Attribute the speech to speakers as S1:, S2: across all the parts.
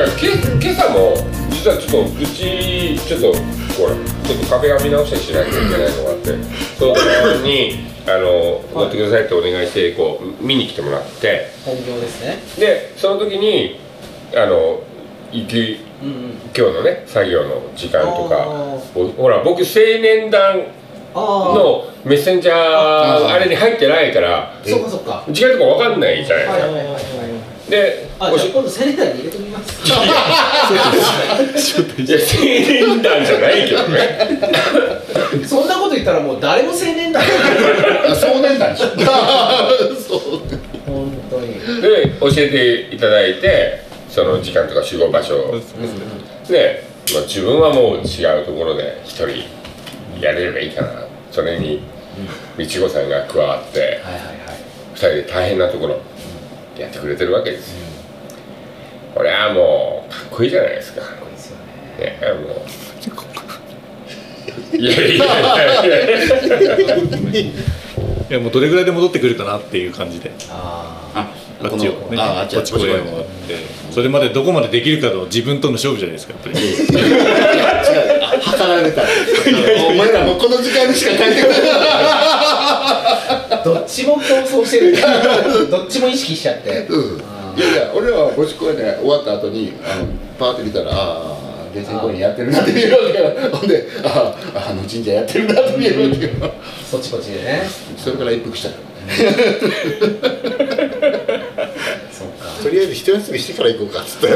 S1: 今朝も実はちょっと愚痴ちょっとほらちょっと壁紙直したりしないといけないのがあってその にあの「持ってください」ってお願いしてこう見に来てもらって
S2: 本業ですね
S1: でその時にあの行き
S2: うんうん
S1: 今日のね作業の時間とか
S2: あ
S1: おほら僕青年団
S2: ああ
S1: のメッセンジャー
S3: あー
S1: あれに入ってないから
S2: そっかそっかは
S1: 時間とかわかんないじゃないい
S2: はいはい
S1: で
S2: はいはい
S1: すかで
S2: あ
S1: お
S2: じゃ
S1: し
S2: あ今度セレダーに入れときま
S1: い
S2: す
S1: や青年団じゃないけどね
S2: そんなこと言ったらもう誰も青年だよ
S3: 少年 団でしょそう
S2: 本当に
S1: で教えていただいてその時間とか集合場所で、まあ、自分はもう違うところで一人やれればいいかなそれにみちごさんが加わって
S3: はいはいはい
S1: 二人で大変なところやってくれてるわけですよこれはもうかっこいいじゃないですかね
S2: これですよね
S1: もう いやいやいやいや
S4: いやもうどれぐらいで戻ってくるかなっていう感じで
S2: あ
S3: あ
S4: あっちをね
S3: ああっち
S4: こっち声を
S3: こっち
S4: 持ってそれまでどこまでできるかの自分との勝負じゃないですかやっぱり
S3: 違うあ測られたお前らもうこの時間にしか帰ってこない
S2: あどっちも競争してるどっちも意識しちゃって
S3: うんいやいや俺らは母子公演で終わった後にあのパーって見たらああ冷静公演やってるなって見るわけよほんであああの神社やってるなって見るわけよ
S2: そっちこっちでね
S3: それから一服したから
S2: そっか
S5: とりあえず一休みしてから行こうかっつって
S3: だ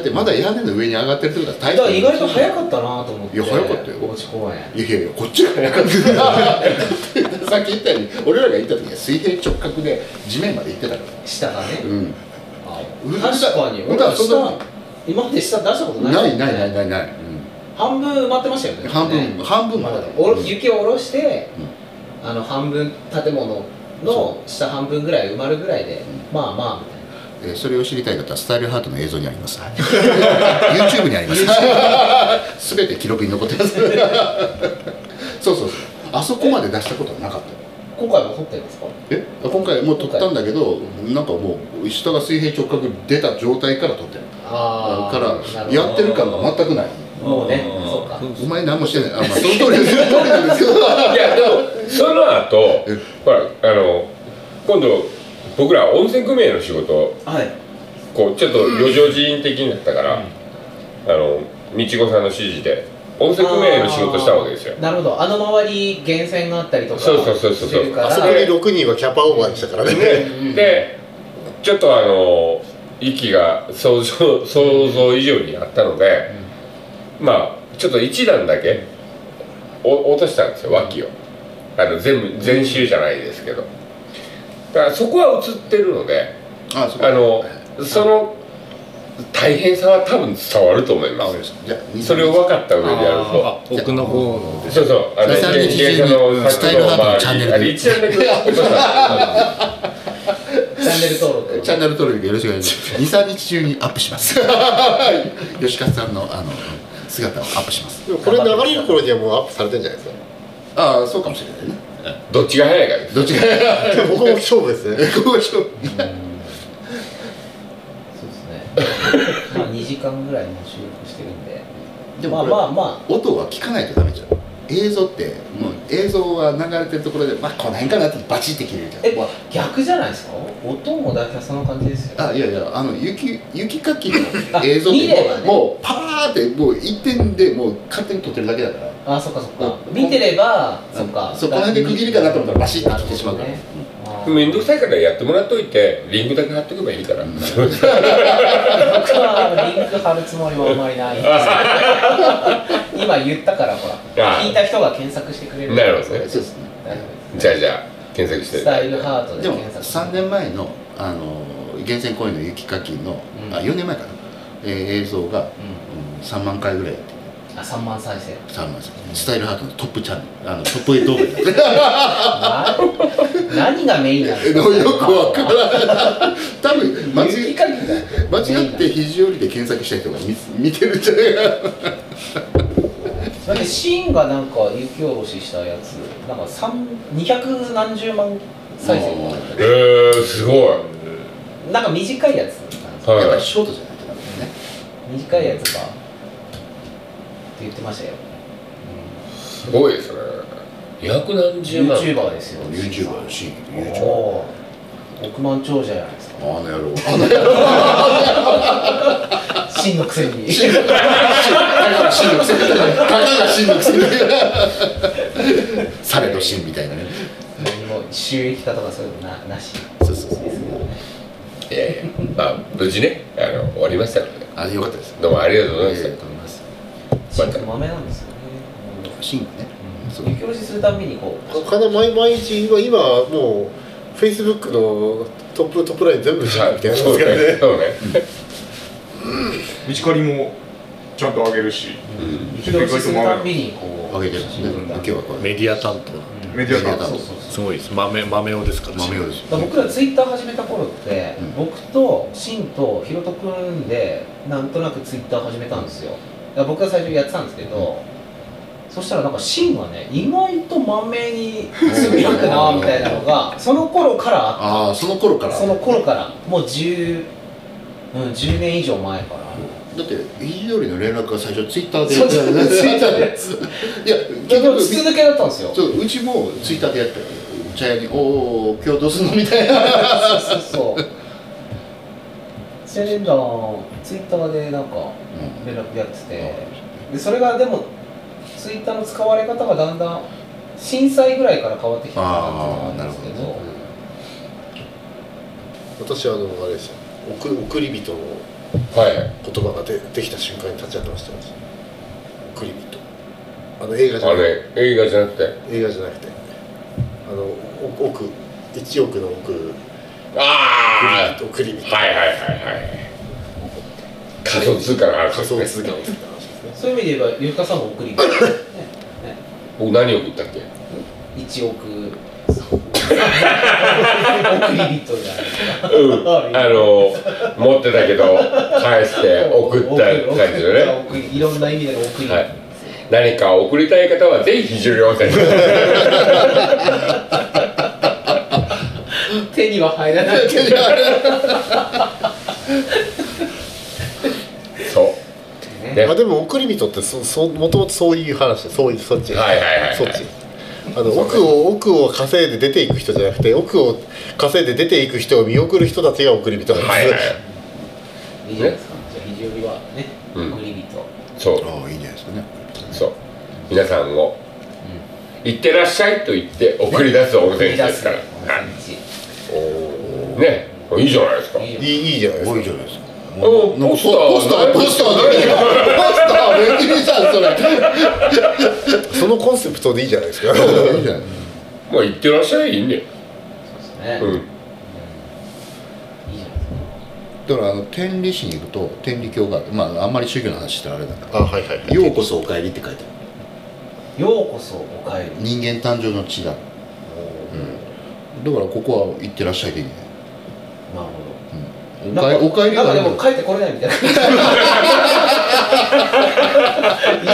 S3: ってまだ屋根の上に上がってる時から大
S2: だから意外と 早かったなと思って
S3: いや早かったよ
S2: 高知公園
S3: いやいやいやこっちが早かったさっき言ったように俺らが行った時は水平直角で地面まで行ってたから
S2: 下がね
S3: うん
S2: あ
S3: うん
S2: 確かに
S3: うんだからそんな
S2: 下今まで下出したことない
S3: な
S2: もん
S3: い
S2: ね
S3: ないないないない、
S2: 半分埋まってましたよ
S3: うん、
S2: ね
S3: 半分、
S2: ね
S3: 半分までだ
S2: おろ
S3: うん
S2: 雪を下ろしてあの半分建物の下半分ぐらい埋まるぐらいでまあまあみたいな
S3: えーそれを知りたい方はスタイルハートの映像にあります YouTube にあり ます全て記録に残ってますそうそうそうあそこまで出したことはなかった
S2: 今回も掘ってるんですか
S3: え今回もう撮ったんだけどなんかもう下が水平直角に出た状態から撮ってる
S2: あ
S3: か
S2: ー
S3: ら
S2: なるほど
S3: やってる感が全くない
S2: もうねそうか
S3: お前何もしてない あ、まあ、その通りですよ通りなんです けど
S1: いやでもその後
S3: え
S1: ほらあの今度僕ら温泉組合の仕事
S2: はい
S1: こうちょっと余剰人的になったから、あのみちごさんの指示で温泉組合の仕事したわけですよ
S2: あーなるほどあの周り源泉があったりとか
S1: そうそうそうそう
S2: してるから
S5: あそこに6人はキャパオーバーでしたからね
S1: でちょっとあの息が想像想像以上にあったので、まあちょっと一段だけお落としたんですよ脇をあの全部全周じゃないですけどだからそこは映ってるので
S3: あそう
S1: あのその大変さは多分伝わると思いま
S3: あわかり
S1: す
S3: ましたじゃあ
S1: それを分かった上でやると
S4: あ奥の方のです
S1: そうそう、あの、
S3: 皆さんに
S1: 電車の
S3: スタイルハートのチャンネルで
S1: あれ一覧だけ落とした。
S2: チャンネル登録
S3: チャンネル登録よろしくお願いし ます23日中にアップします吉川さんのあの姿をアップします
S5: でもこれ流れる頃にはもうアップされてんじゃないですか
S3: ああそうかもしれないね
S1: どっちが早いかです。
S3: ど っちが
S5: でも僕も勝負ですね
S3: こうしよ
S2: そ
S3: う
S2: うですねまあ2時間ぐらいもう収録してるんで
S3: で
S2: まあ
S3: もこれ
S2: まあま
S3: 音は聞かないとダメじゃん映像って、もう映像は流れてるところでまあこの辺かなってバチって切れるじゃん
S2: え
S3: うわ
S2: 逆じゃないですか音も大体そんな感じですよ
S3: あいやいやあの雪雪かきの映像っ
S2: あ見れば
S3: て
S2: ね
S3: もう,、もうパーってもう一点でもう勝手に撮ってるだけだから
S2: あそっかそっか
S3: うん
S2: 見てればそっ
S3: う
S2: か
S3: んそうこの辺で区切りかなと思ったらバシッと切ってしまうから
S2: なるほど
S1: め
S2: ね
S1: んどくさいからやってもらっといて、リンクだけ貼っとけばいいから。
S2: 僕はリンク貼るつもりはあんまり ないんですけど今言ったからほら
S1: あ
S2: 聞いた人が検索してくれる
S1: なるほど
S3: そう
S1: ね
S3: で。すね
S2: 大丈夫です
S1: じゃあじゃあ、検索
S2: ス
S1: して。
S2: タイルハートで
S3: でも
S2: 検索
S3: 3年前のあの源泉公園の雪かきの、
S2: うん
S3: あ4年前かな、えー映像が、うん、3万回ぐらいやっ
S2: う
S3: て
S2: んあ3万再生
S3: 3万スタイルハートのトップチャンネルあのトップ動画だ
S2: な何がメインなんで
S3: え
S2: す
S3: で
S2: か
S3: もよく わからん 多分間違
S2: 雪かきだ
S3: 間違って肘折りで検索した人が見見てるんじゃないか
S2: だってシーンがなんか雪下ろししたやつなんか3 200何十万再生
S1: えー、すごい。
S2: なんか短いやつ
S3: なやっぱ
S1: は
S3: りショートじゃないとダメだよね
S2: う短いやつかって言ってましたよ、
S1: すごいですね百何
S2: うん、
S1: 十万
S2: YouTuber ですよ
S3: YouTuber だし YouTuber
S2: おー億万長者じゃないで すか
S3: あの野郎あの野郎
S2: 真のくせに
S3: 真のくせにたかが真のくせにされど真みたいなね
S2: 何も収益化とかそういうのななし
S3: そうそうそう
S1: いやいやまあ無事ねあの終わりましたので
S3: あよかったです
S1: どうもありがとうございま
S3: え
S1: し
S3: え
S1: た、
S3: と思います
S2: 真って豆なんですよね
S3: 真がねそう
S2: 雪下ろしするたんびにこ
S5: お金毎毎日今今もうフェイスブックのトップトップライン全部じゃんみたいな
S1: そうねそうね
S6: 道刈りもちゃんと上げるし、
S2: う雪下ろしするたんびにこう
S3: あげてるんですね今日はこれ
S4: メディア担
S6: メディア担当
S2: そうそうそう
S4: 当すごいです豆豆をですから
S3: 豆をです
S2: だから僕らツイッター始めた頃って、
S3: うん
S2: 僕とシンとヒロト君でなんとなくツイッター始めたんですよだから僕が最初やってたんですけど、そしたらなんかシンはね意外とまめにつぶやくなみたいなのがその頃からあっ
S3: ああその頃か
S2: た
S3: ら
S2: その頃からもう 10,、うん、10年以上前から
S3: だって肘通りの連絡が最初ツイッターで
S2: そうそうツイッターでやつ
S3: いや
S2: で
S3: 結
S2: も
S3: 局
S2: 筒抜けだったんですよ
S3: そううちもツイッターでやったよ茶屋に「おお今日どうすんの?」みたいな
S2: そうそうそうそれでツイッターでなんか連絡やっててでそれがでもツイッターの使われ方がだんだん震災ぐらいから変わってきたかなっていうのがあるんですけど
S3: あーなるほ
S5: 私はあのあれですよ送送り人の
S1: はい
S5: 言葉が出できた瞬間に立ち会ってましたよ送り人あの映画じゃ
S1: あ
S5: なくて
S1: れ映画じゃなくて
S5: 映画じゃなくてあのお奥一億の奥
S1: あ
S5: 送り
S1: あ
S5: 人
S1: はいはいはいはい仮想通貨の話
S5: 仮
S1: ですね
S5: 想通貨を作った話ですね
S2: そういう意味で言えばゆうかさんも送り人ねね
S1: 僕何送ったっけ
S2: 1億送り人じゃないですか
S1: うんあの持ってたけど返して送った感じのね
S2: 送りいろんな意味での送り人、
S1: はい何か送りたい方はぜひ肘折温 泉に
S2: 手には入らないけど
S1: そうね
S5: まあでも送り人ってそそもともとそういう話でそういうそっち
S1: はいはいはいはい
S5: そっちあの奥を奥を稼いで出ていく人じゃなくて奥を稼いで出ていく人を見送る人たちが送り人なんです、
S1: はいはい
S2: いいじゃないですかじゃあ肘折はね
S1: うん
S2: 送り人
S1: そう
S3: ああいいんじゃないですかね
S1: そう皆さんを行ってらっしゃいと言って送り出す温
S2: 送
S1: 泉
S2: り
S1: 地
S2: 出
S1: ですす
S2: か
S1: からら
S2: 温泉
S1: はいねいいじゃないですか
S2: 地いいよ
S5: いいいいじゃないです
S3: 多
S5: か
S3: いじゃないですか
S1: お
S3: なんか
S1: ポスターは
S3: ポスターポスターだけポスターは別にさそれ
S5: そのコンセプトでいいじゃないですか
S3: いいじゃない
S1: まあ行ってらっしゃいいいんだよ
S2: そうです
S1: う
S2: ねうんいい
S1: ん
S2: じゃないですか
S3: だからあの天理市に行くと天理教があるまああんまり宗教の話したらあれだか
S5: あはいはいは
S3: ら「
S5: い
S3: ようこそお帰り」って書いてある
S2: ようこそお帰り
S3: 人間誕生の地だ、うん、だからここは行ってらっしゃいでいいね
S2: なる
S3: お
S2: ほど
S3: かお帰り
S2: なんか
S3: はあ
S2: で
S3: る
S2: も
S3: け
S2: 帰ってこれないみたいな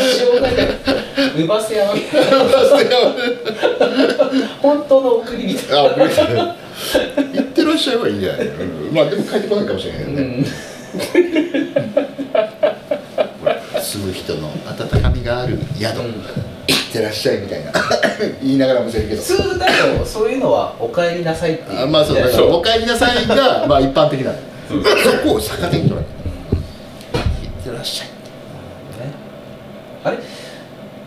S2: 一生なんかうばせやみたいな本当の送りみたい
S3: どあごめんなさい 行ってらっしゃいはいいんじゃない、うんまあでも帰ってこないかもしれないよ
S2: な、う
S3: ね、
S2: ん、
S3: 住む人の温かみがある宿、行ってらっしゃいみたいな言いながらもせるけど
S2: 普通だとそういうのはお帰りなさいっていう
S3: あまあそうだか
S1: そ
S3: ら
S1: う
S3: お帰りなさいがまあ一般的なのよそこを逆手に取らない行ってらっしゃい
S2: ねあれ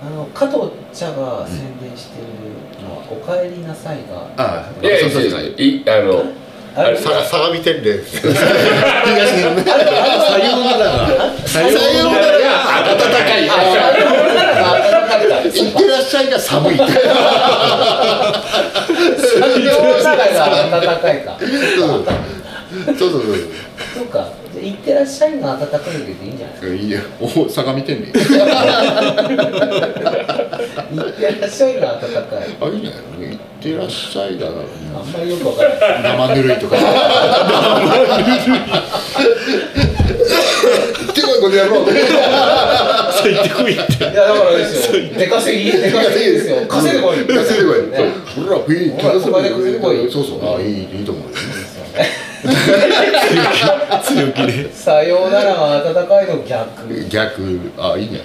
S2: あの加藤茶が宣伝してるのは「おかえりなさいが」
S3: ああ
S1: いやいや
S3: そうそう
S1: い
S3: そ
S1: や
S3: う
S1: いやあの
S2: あれ
S1: あれ
S5: さ相模天霊です
S3: 東日本ねさようならさようならが温かい行ってらっしゃいが寒いそう
S2: 両方が暖かいか
S3: そうそ
S2: そ
S3: う
S2: うかじゃあ行ってらっしゃいの暖かいでいいんじゃない
S3: そういいやお相模天理
S2: 行ってらっしゃいの暖かい
S3: あいいんじゃない行ってらっしゃいだな
S2: あんまりよくわからない
S3: 生ぬるいとか生ぬるい行ってこいこの野郎
S4: そう言ってこいって
S2: いやだからですよ出稼ぎ出稼ぎですよ稼いでこい
S3: 稼いでこい
S2: ね
S3: ほらフィー
S2: ほらお金稼いでこい
S3: そうそうあいいいいと思うよ
S2: ですよね
S4: 強気で
S2: さようならが温かいの逆
S3: 逆あいいね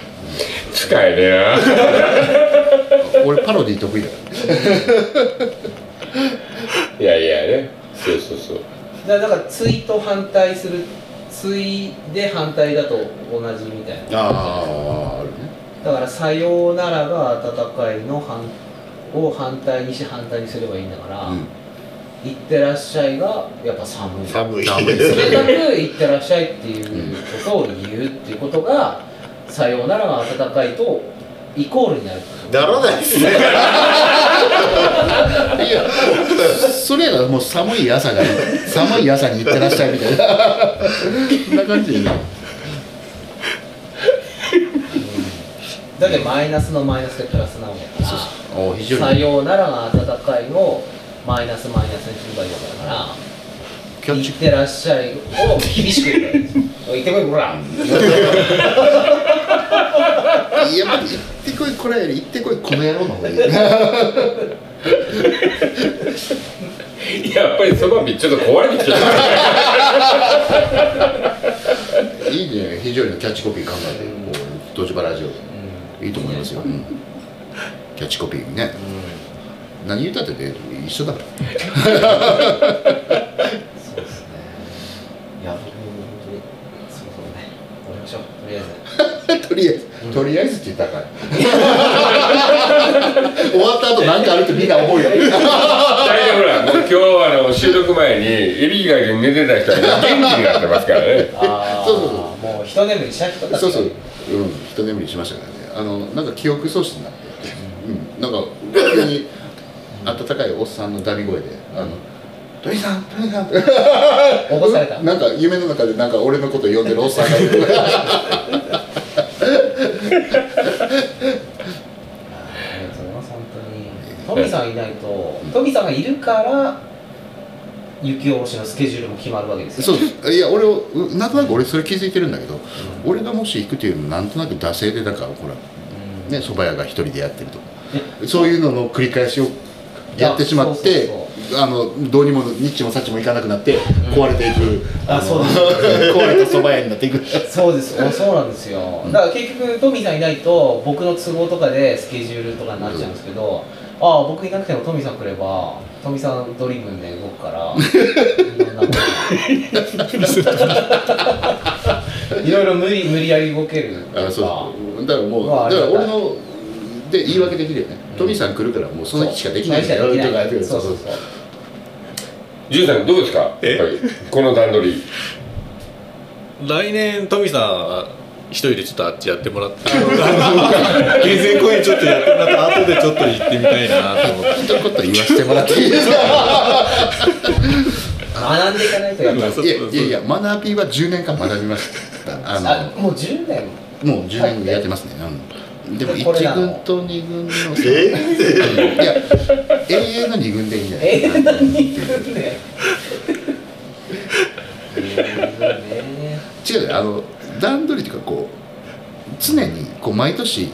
S1: 使えねえ
S3: 俺パロディ得意だから
S1: ないやいやねそうそうそう
S2: だからなんかついと反対するついで反対だと同じみたいな
S3: あああるね
S2: だから「さようなら」が温かいの反を反対にし反対にすればいいんだから「
S3: うん
S2: いってらっしゃい」がやっぱ寒い
S5: 寒い
S3: 寒いで
S2: とに
S3: す
S2: か
S3: ね
S2: く「いってらっしゃい」っていうことを言うっていうことが「さようなら」が温かいとイコールになる
S5: ならないです ね
S3: いやそれがもう寒い朝が寒い朝に行ってらっしゃいみたいなそんな感じでいいな
S2: だってマイナスのマイナスでプラスなわけだから
S3: お非常
S2: さ
S3: に
S2: ようならが温かいをマイナスマイナスにすればいいわけだから
S3: キャッ
S2: い
S3: チ
S2: ってらっしゃいを厳しく言えばいいんですよおい行ってこいこら
S3: いやまず行ってこいこれより行ってこいこの野郎の方がいい
S1: やっぱりそばびちょっと壊れてきてる
S3: いいね非常にキャッチコピー考えてこうドジバラジオでいいと思いますよ、うんキャッチコピーね、何言ったってね一緒だから
S2: そうですねいや僕も本当にそろそろね終わりましょうとりあえず
S3: とりあえず、とりあえずって言ったから。終わった後なんかあるってみんな思うよ。
S1: 大体ほらもう今日はあの収録前にエリーが寝てた人は元気になってますからね
S2: あー
S3: そうそう
S2: もう一眠りした人たちが
S3: そうそう、うん、一眠りしましたからね。あの、なんか記憶喪失になって。うん、なんか、急に温かいおっさんのダミ声で、あの。トニーさん、トニーさん。起
S2: 起こされた
S3: なんか夢の中で、なんか俺のこと呼んでるおっさんがい る。
S2: ありがとうございます本当にトミさんいないとトミさんがいるから雪下ろしのスケジュールも決まるわけですよ
S3: そうです。いや、俺を、うなんとなく俺それ気づいてるんだけど。俺がもし行くっていうの、なんとなく惰性で、だから、ほ
S2: う
S3: ら。
S2: ん
S3: ね、蕎麦屋が一人でやってるとかそういうのの繰り返しをやってしま
S2: い
S3: っ
S2: や
S3: て
S2: そう
S3: あのどうにもニッチもサッチもいかなくなって壊れていく、
S2: あ
S3: の
S2: そう
S3: 壊れた蕎麦屋になっていく
S2: そうですおそうなんですよだから結局トミーさんいないと僕の都合とかでスケジュールとかになっちゃうんですけど、ああ僕いなくてもトミーさん来ればトミーさんドリームで動くからい ろんなこといろいろ無理無理やり動けるとか
S3: あそうだからもう
S2: まああ
S3: だ
S2: り
S3: か
S2: が
S3: ら
S2: たい
S3: 俺ので言い訳できるよね、トミーさん来るからもうその日しかできないんだ
S2: そ
S3: よと
S2: う
S3: か
S2: そ
S3: 言
S2: う
S3: って
S2: そう
S3: そ
S2: そううそう
S1: ジュンさんどうですかやっぱ
S4: え
S1: りこの段取り
S4: 来年トミさんは一人でちょっとあっちやってもらって厳選公演ちょっとやってもらった後でちょっと行ってみたいなと思って
S3: 一言言わせてもらっていいですか
S2: 学んでいかないとやっぱ
S3: いやいやいやマナーピーは10年間学びましたあの
S2: あもう10年
S3: もう10年やってますね、うん、でも
S2: で
S3: 1
S2: これなの
S3: 軍と2軍の
S5: え
S3: いや永遠の2軍でいいんじゃない
S2: ええ何言ってんねね
S3: 違うよあの段取りというかこう常にこう毎年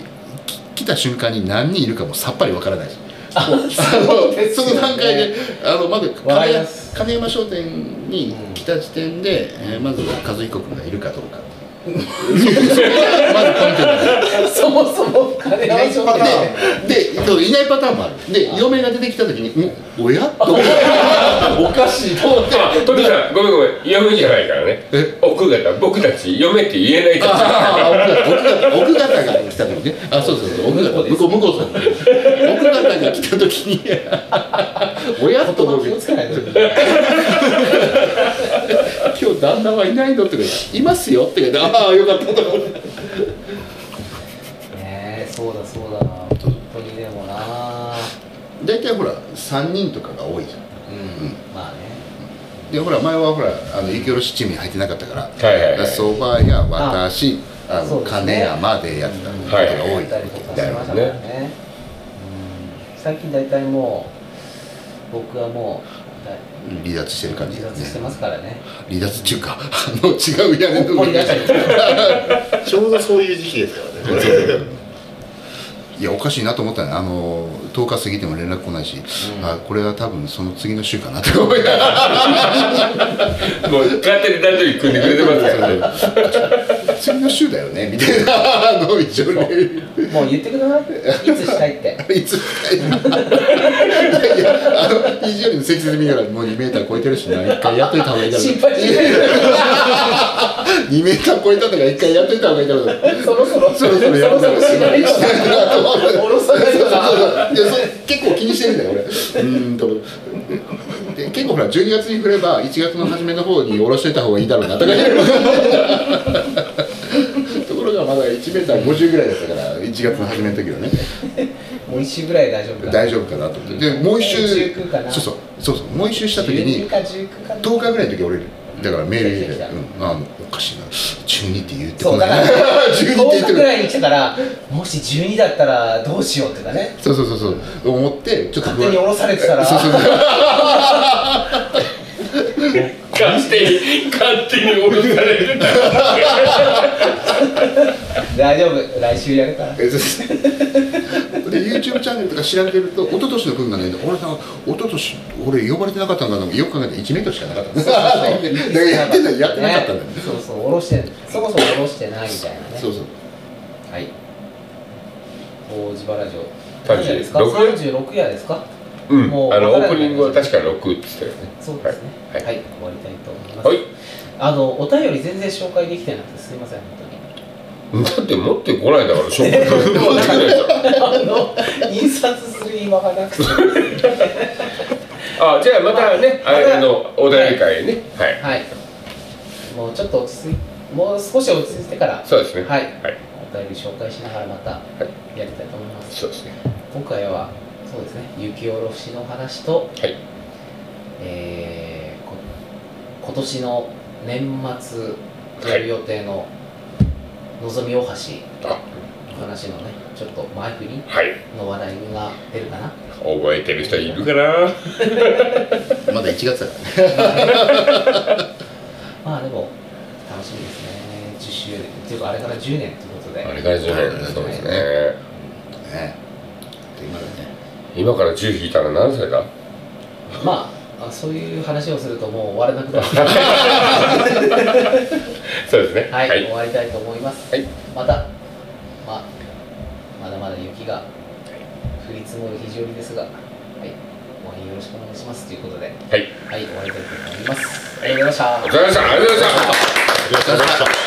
S3: き来た瞬間に何人いるかもさっぱりわからないし
S2: そうです
S3: そ
S2: よね
S3: の段階であのまず
S2: わか
S3: 金
S2: りま
S3: 山
S2: す
S3: 金山商店に来た時点で、えーまず和彦君がいるかどうか まずポイントになる
S2: そもそも金山商店
S3: ででそういないパターンもあるで嫁が出てきた時に「んおや?」と思っておかしいと思って
S1: あトミさんごめんごめん嫁じゃないからね
S3: え
S1: 奥方僕たち嫁って言えないか
S3: あ
S1: ら
S3: あ奥方奥方が来た時ねあそうそうそう奥方向こう向こうさん奥方が来た時に親と
S2: 言
S3: 思
S2: 葉
S3: う
S2: 気
S3: けど
S2: をつけないと
S3: 今日旦那はいないのって言うからいますよって言うからああよかったと思って
S2: ねえそうだそうだ本当にでもな
S3: 大体ほら3人とかが多いじゃん
S2: うんまあね
S3: でほら前はほらあの雪下ろしチームに入ってなかったから
S1: はいはいはい
S3: そば屋私あ
S2: そ
S3: の
S2: うですね
S3: 金山でやってたことが
S1: はい
S3: 多
S2: や
S3: い
S2: ったりとかしましたからねうん最近大体もう僕はもうだい
S3: 離脱してる感じ
S2: 自
S3: だね
S2: 殺してますからね
S3: 離脱っていうかあの違う屋根の
S2: 掘 り出したりとか
S5: ちょうどそういう時期ですからねこれ
S3: いやおかしいなと思ったのあの10日過ぎても連絡来ないし、あこれは多分その次の週かなって思いながら
S1: もう勝手に段取り組んでくれてますからね
S3: 次の週だよねみたいなあの一応ね
S2: もう言ってください。いつしたいって。
S3: いついやあの非常に積雪見ながらもう2メーター超えてるしな一回やっといた方がいいだろう
S2: 心配しないで。
S3: 2メーター超えたんだから一回やっといた方がいいだろう
S2: そろそろ。
S3: そろそろやる
S2: そろそろしないと。おろさないとな。
S3: いやそれ結構気にしてるんだよ俺うーんとで結構ほら12月に振れば1月の初めの方に下ろしてた方がいいだろうなとか言うところがまだ1メーター50ぐらいだったから1月の初めの時はね
S2: もう一周ぐらい大丈夫だ。
S3: 大丈夫かなと思ってでもう一周
S2: 19かな
S3: そうそうそうそうもう一周した時に
S2: 19か19かな。
S3: 10日ぐらいの時俺だからメール入れて
S2: 来た来た来た
S3: うん、あのおかしいな12って言って
S2: そ
S3: こ
S2: うだか
S3: な
S2: ら
S3: い12って言
S2: 10
S3: っ
S2: 日
S3: て
S2: ぐ
S3: こない
S2: らいに来てたらもし12だったらどうしようってだね
S3: そうそうそうそう思ってちょっと
S2: 勝手に下ろされてたら
S3: そうそうそう
S1: 勝手に勝手に降ろされる
S2: 大丈夫来週やるから
S3: えそうですで YouTube チャンネルとか調べてると一昨年の分がね俺さん一昨年俺呼ばれてなかったんかなよく考えて1メートルしかなかっ た んだからやってないやってなかったんだよ、
S2: ねそうそう下ろしてそもそも下ろしてないみたいなね
S3: そうそう
S2: はい大地場ラジオ
S1: 36
S2: 何夜ですか36夜ですか
S1: うん
S2: もう
S1: あのオ
S2: 分からな
S1: ー
S2: い
S1: プニングは確か6って言ってたよね
S2: そうですね
S1: は
S2: はいい、
S1: は
S2: 終わりたいと思います、
S1: はい
S2: あのお便り全然紹介できてなくてすいません本当に
S1: だって持ってこないだからしょうがない持ってこないじゃん
S2: あの印刷する暇がなくて
S1: あじゃあまたねあ
S2: また
S1: あのお便り会ねはい
S2: はい。もうちょっと落ち着い、もう少し落ち着いてから。
S1: そうですね
S2: はい。
S1: はい
S2: お便り紹介しながらまたやりたいと思います。
S1: そうですね
S2: 今回はそうですね、雪下ろしの話と、
S1: はい
S2: えーこ今年の年末やる予定ののぞみ大橋
S1: あ
S2: の話のね、ちょっと前振り
S1: はい
S2: の話題が出るかな。
S1: 覚えてる人いるかな
S3: まだ1月だからね
S2: まあでも楽しみですね。10周年っていうかあれから10年ということで。
S1: あれから10
S3: はい
S1: 年そうですね
S3: ねで今だね
S1: 今から10引いたら何歳だ
S2: まああそういう話をするともう終われなくなる
S1: そうですね
S2: はい、
S1: はい
S2: 終わりたいと思います、
S1: はい
S2: また、まあ、まだまだ雪が降り積もる非常にですが、はい、応援よろしくお願いしますということで、はい、
S1: はい
S2: 終わりたいと思います、ありがとうございました
S1: お疲れ様でしたありがとうございました
S5: りがとうございました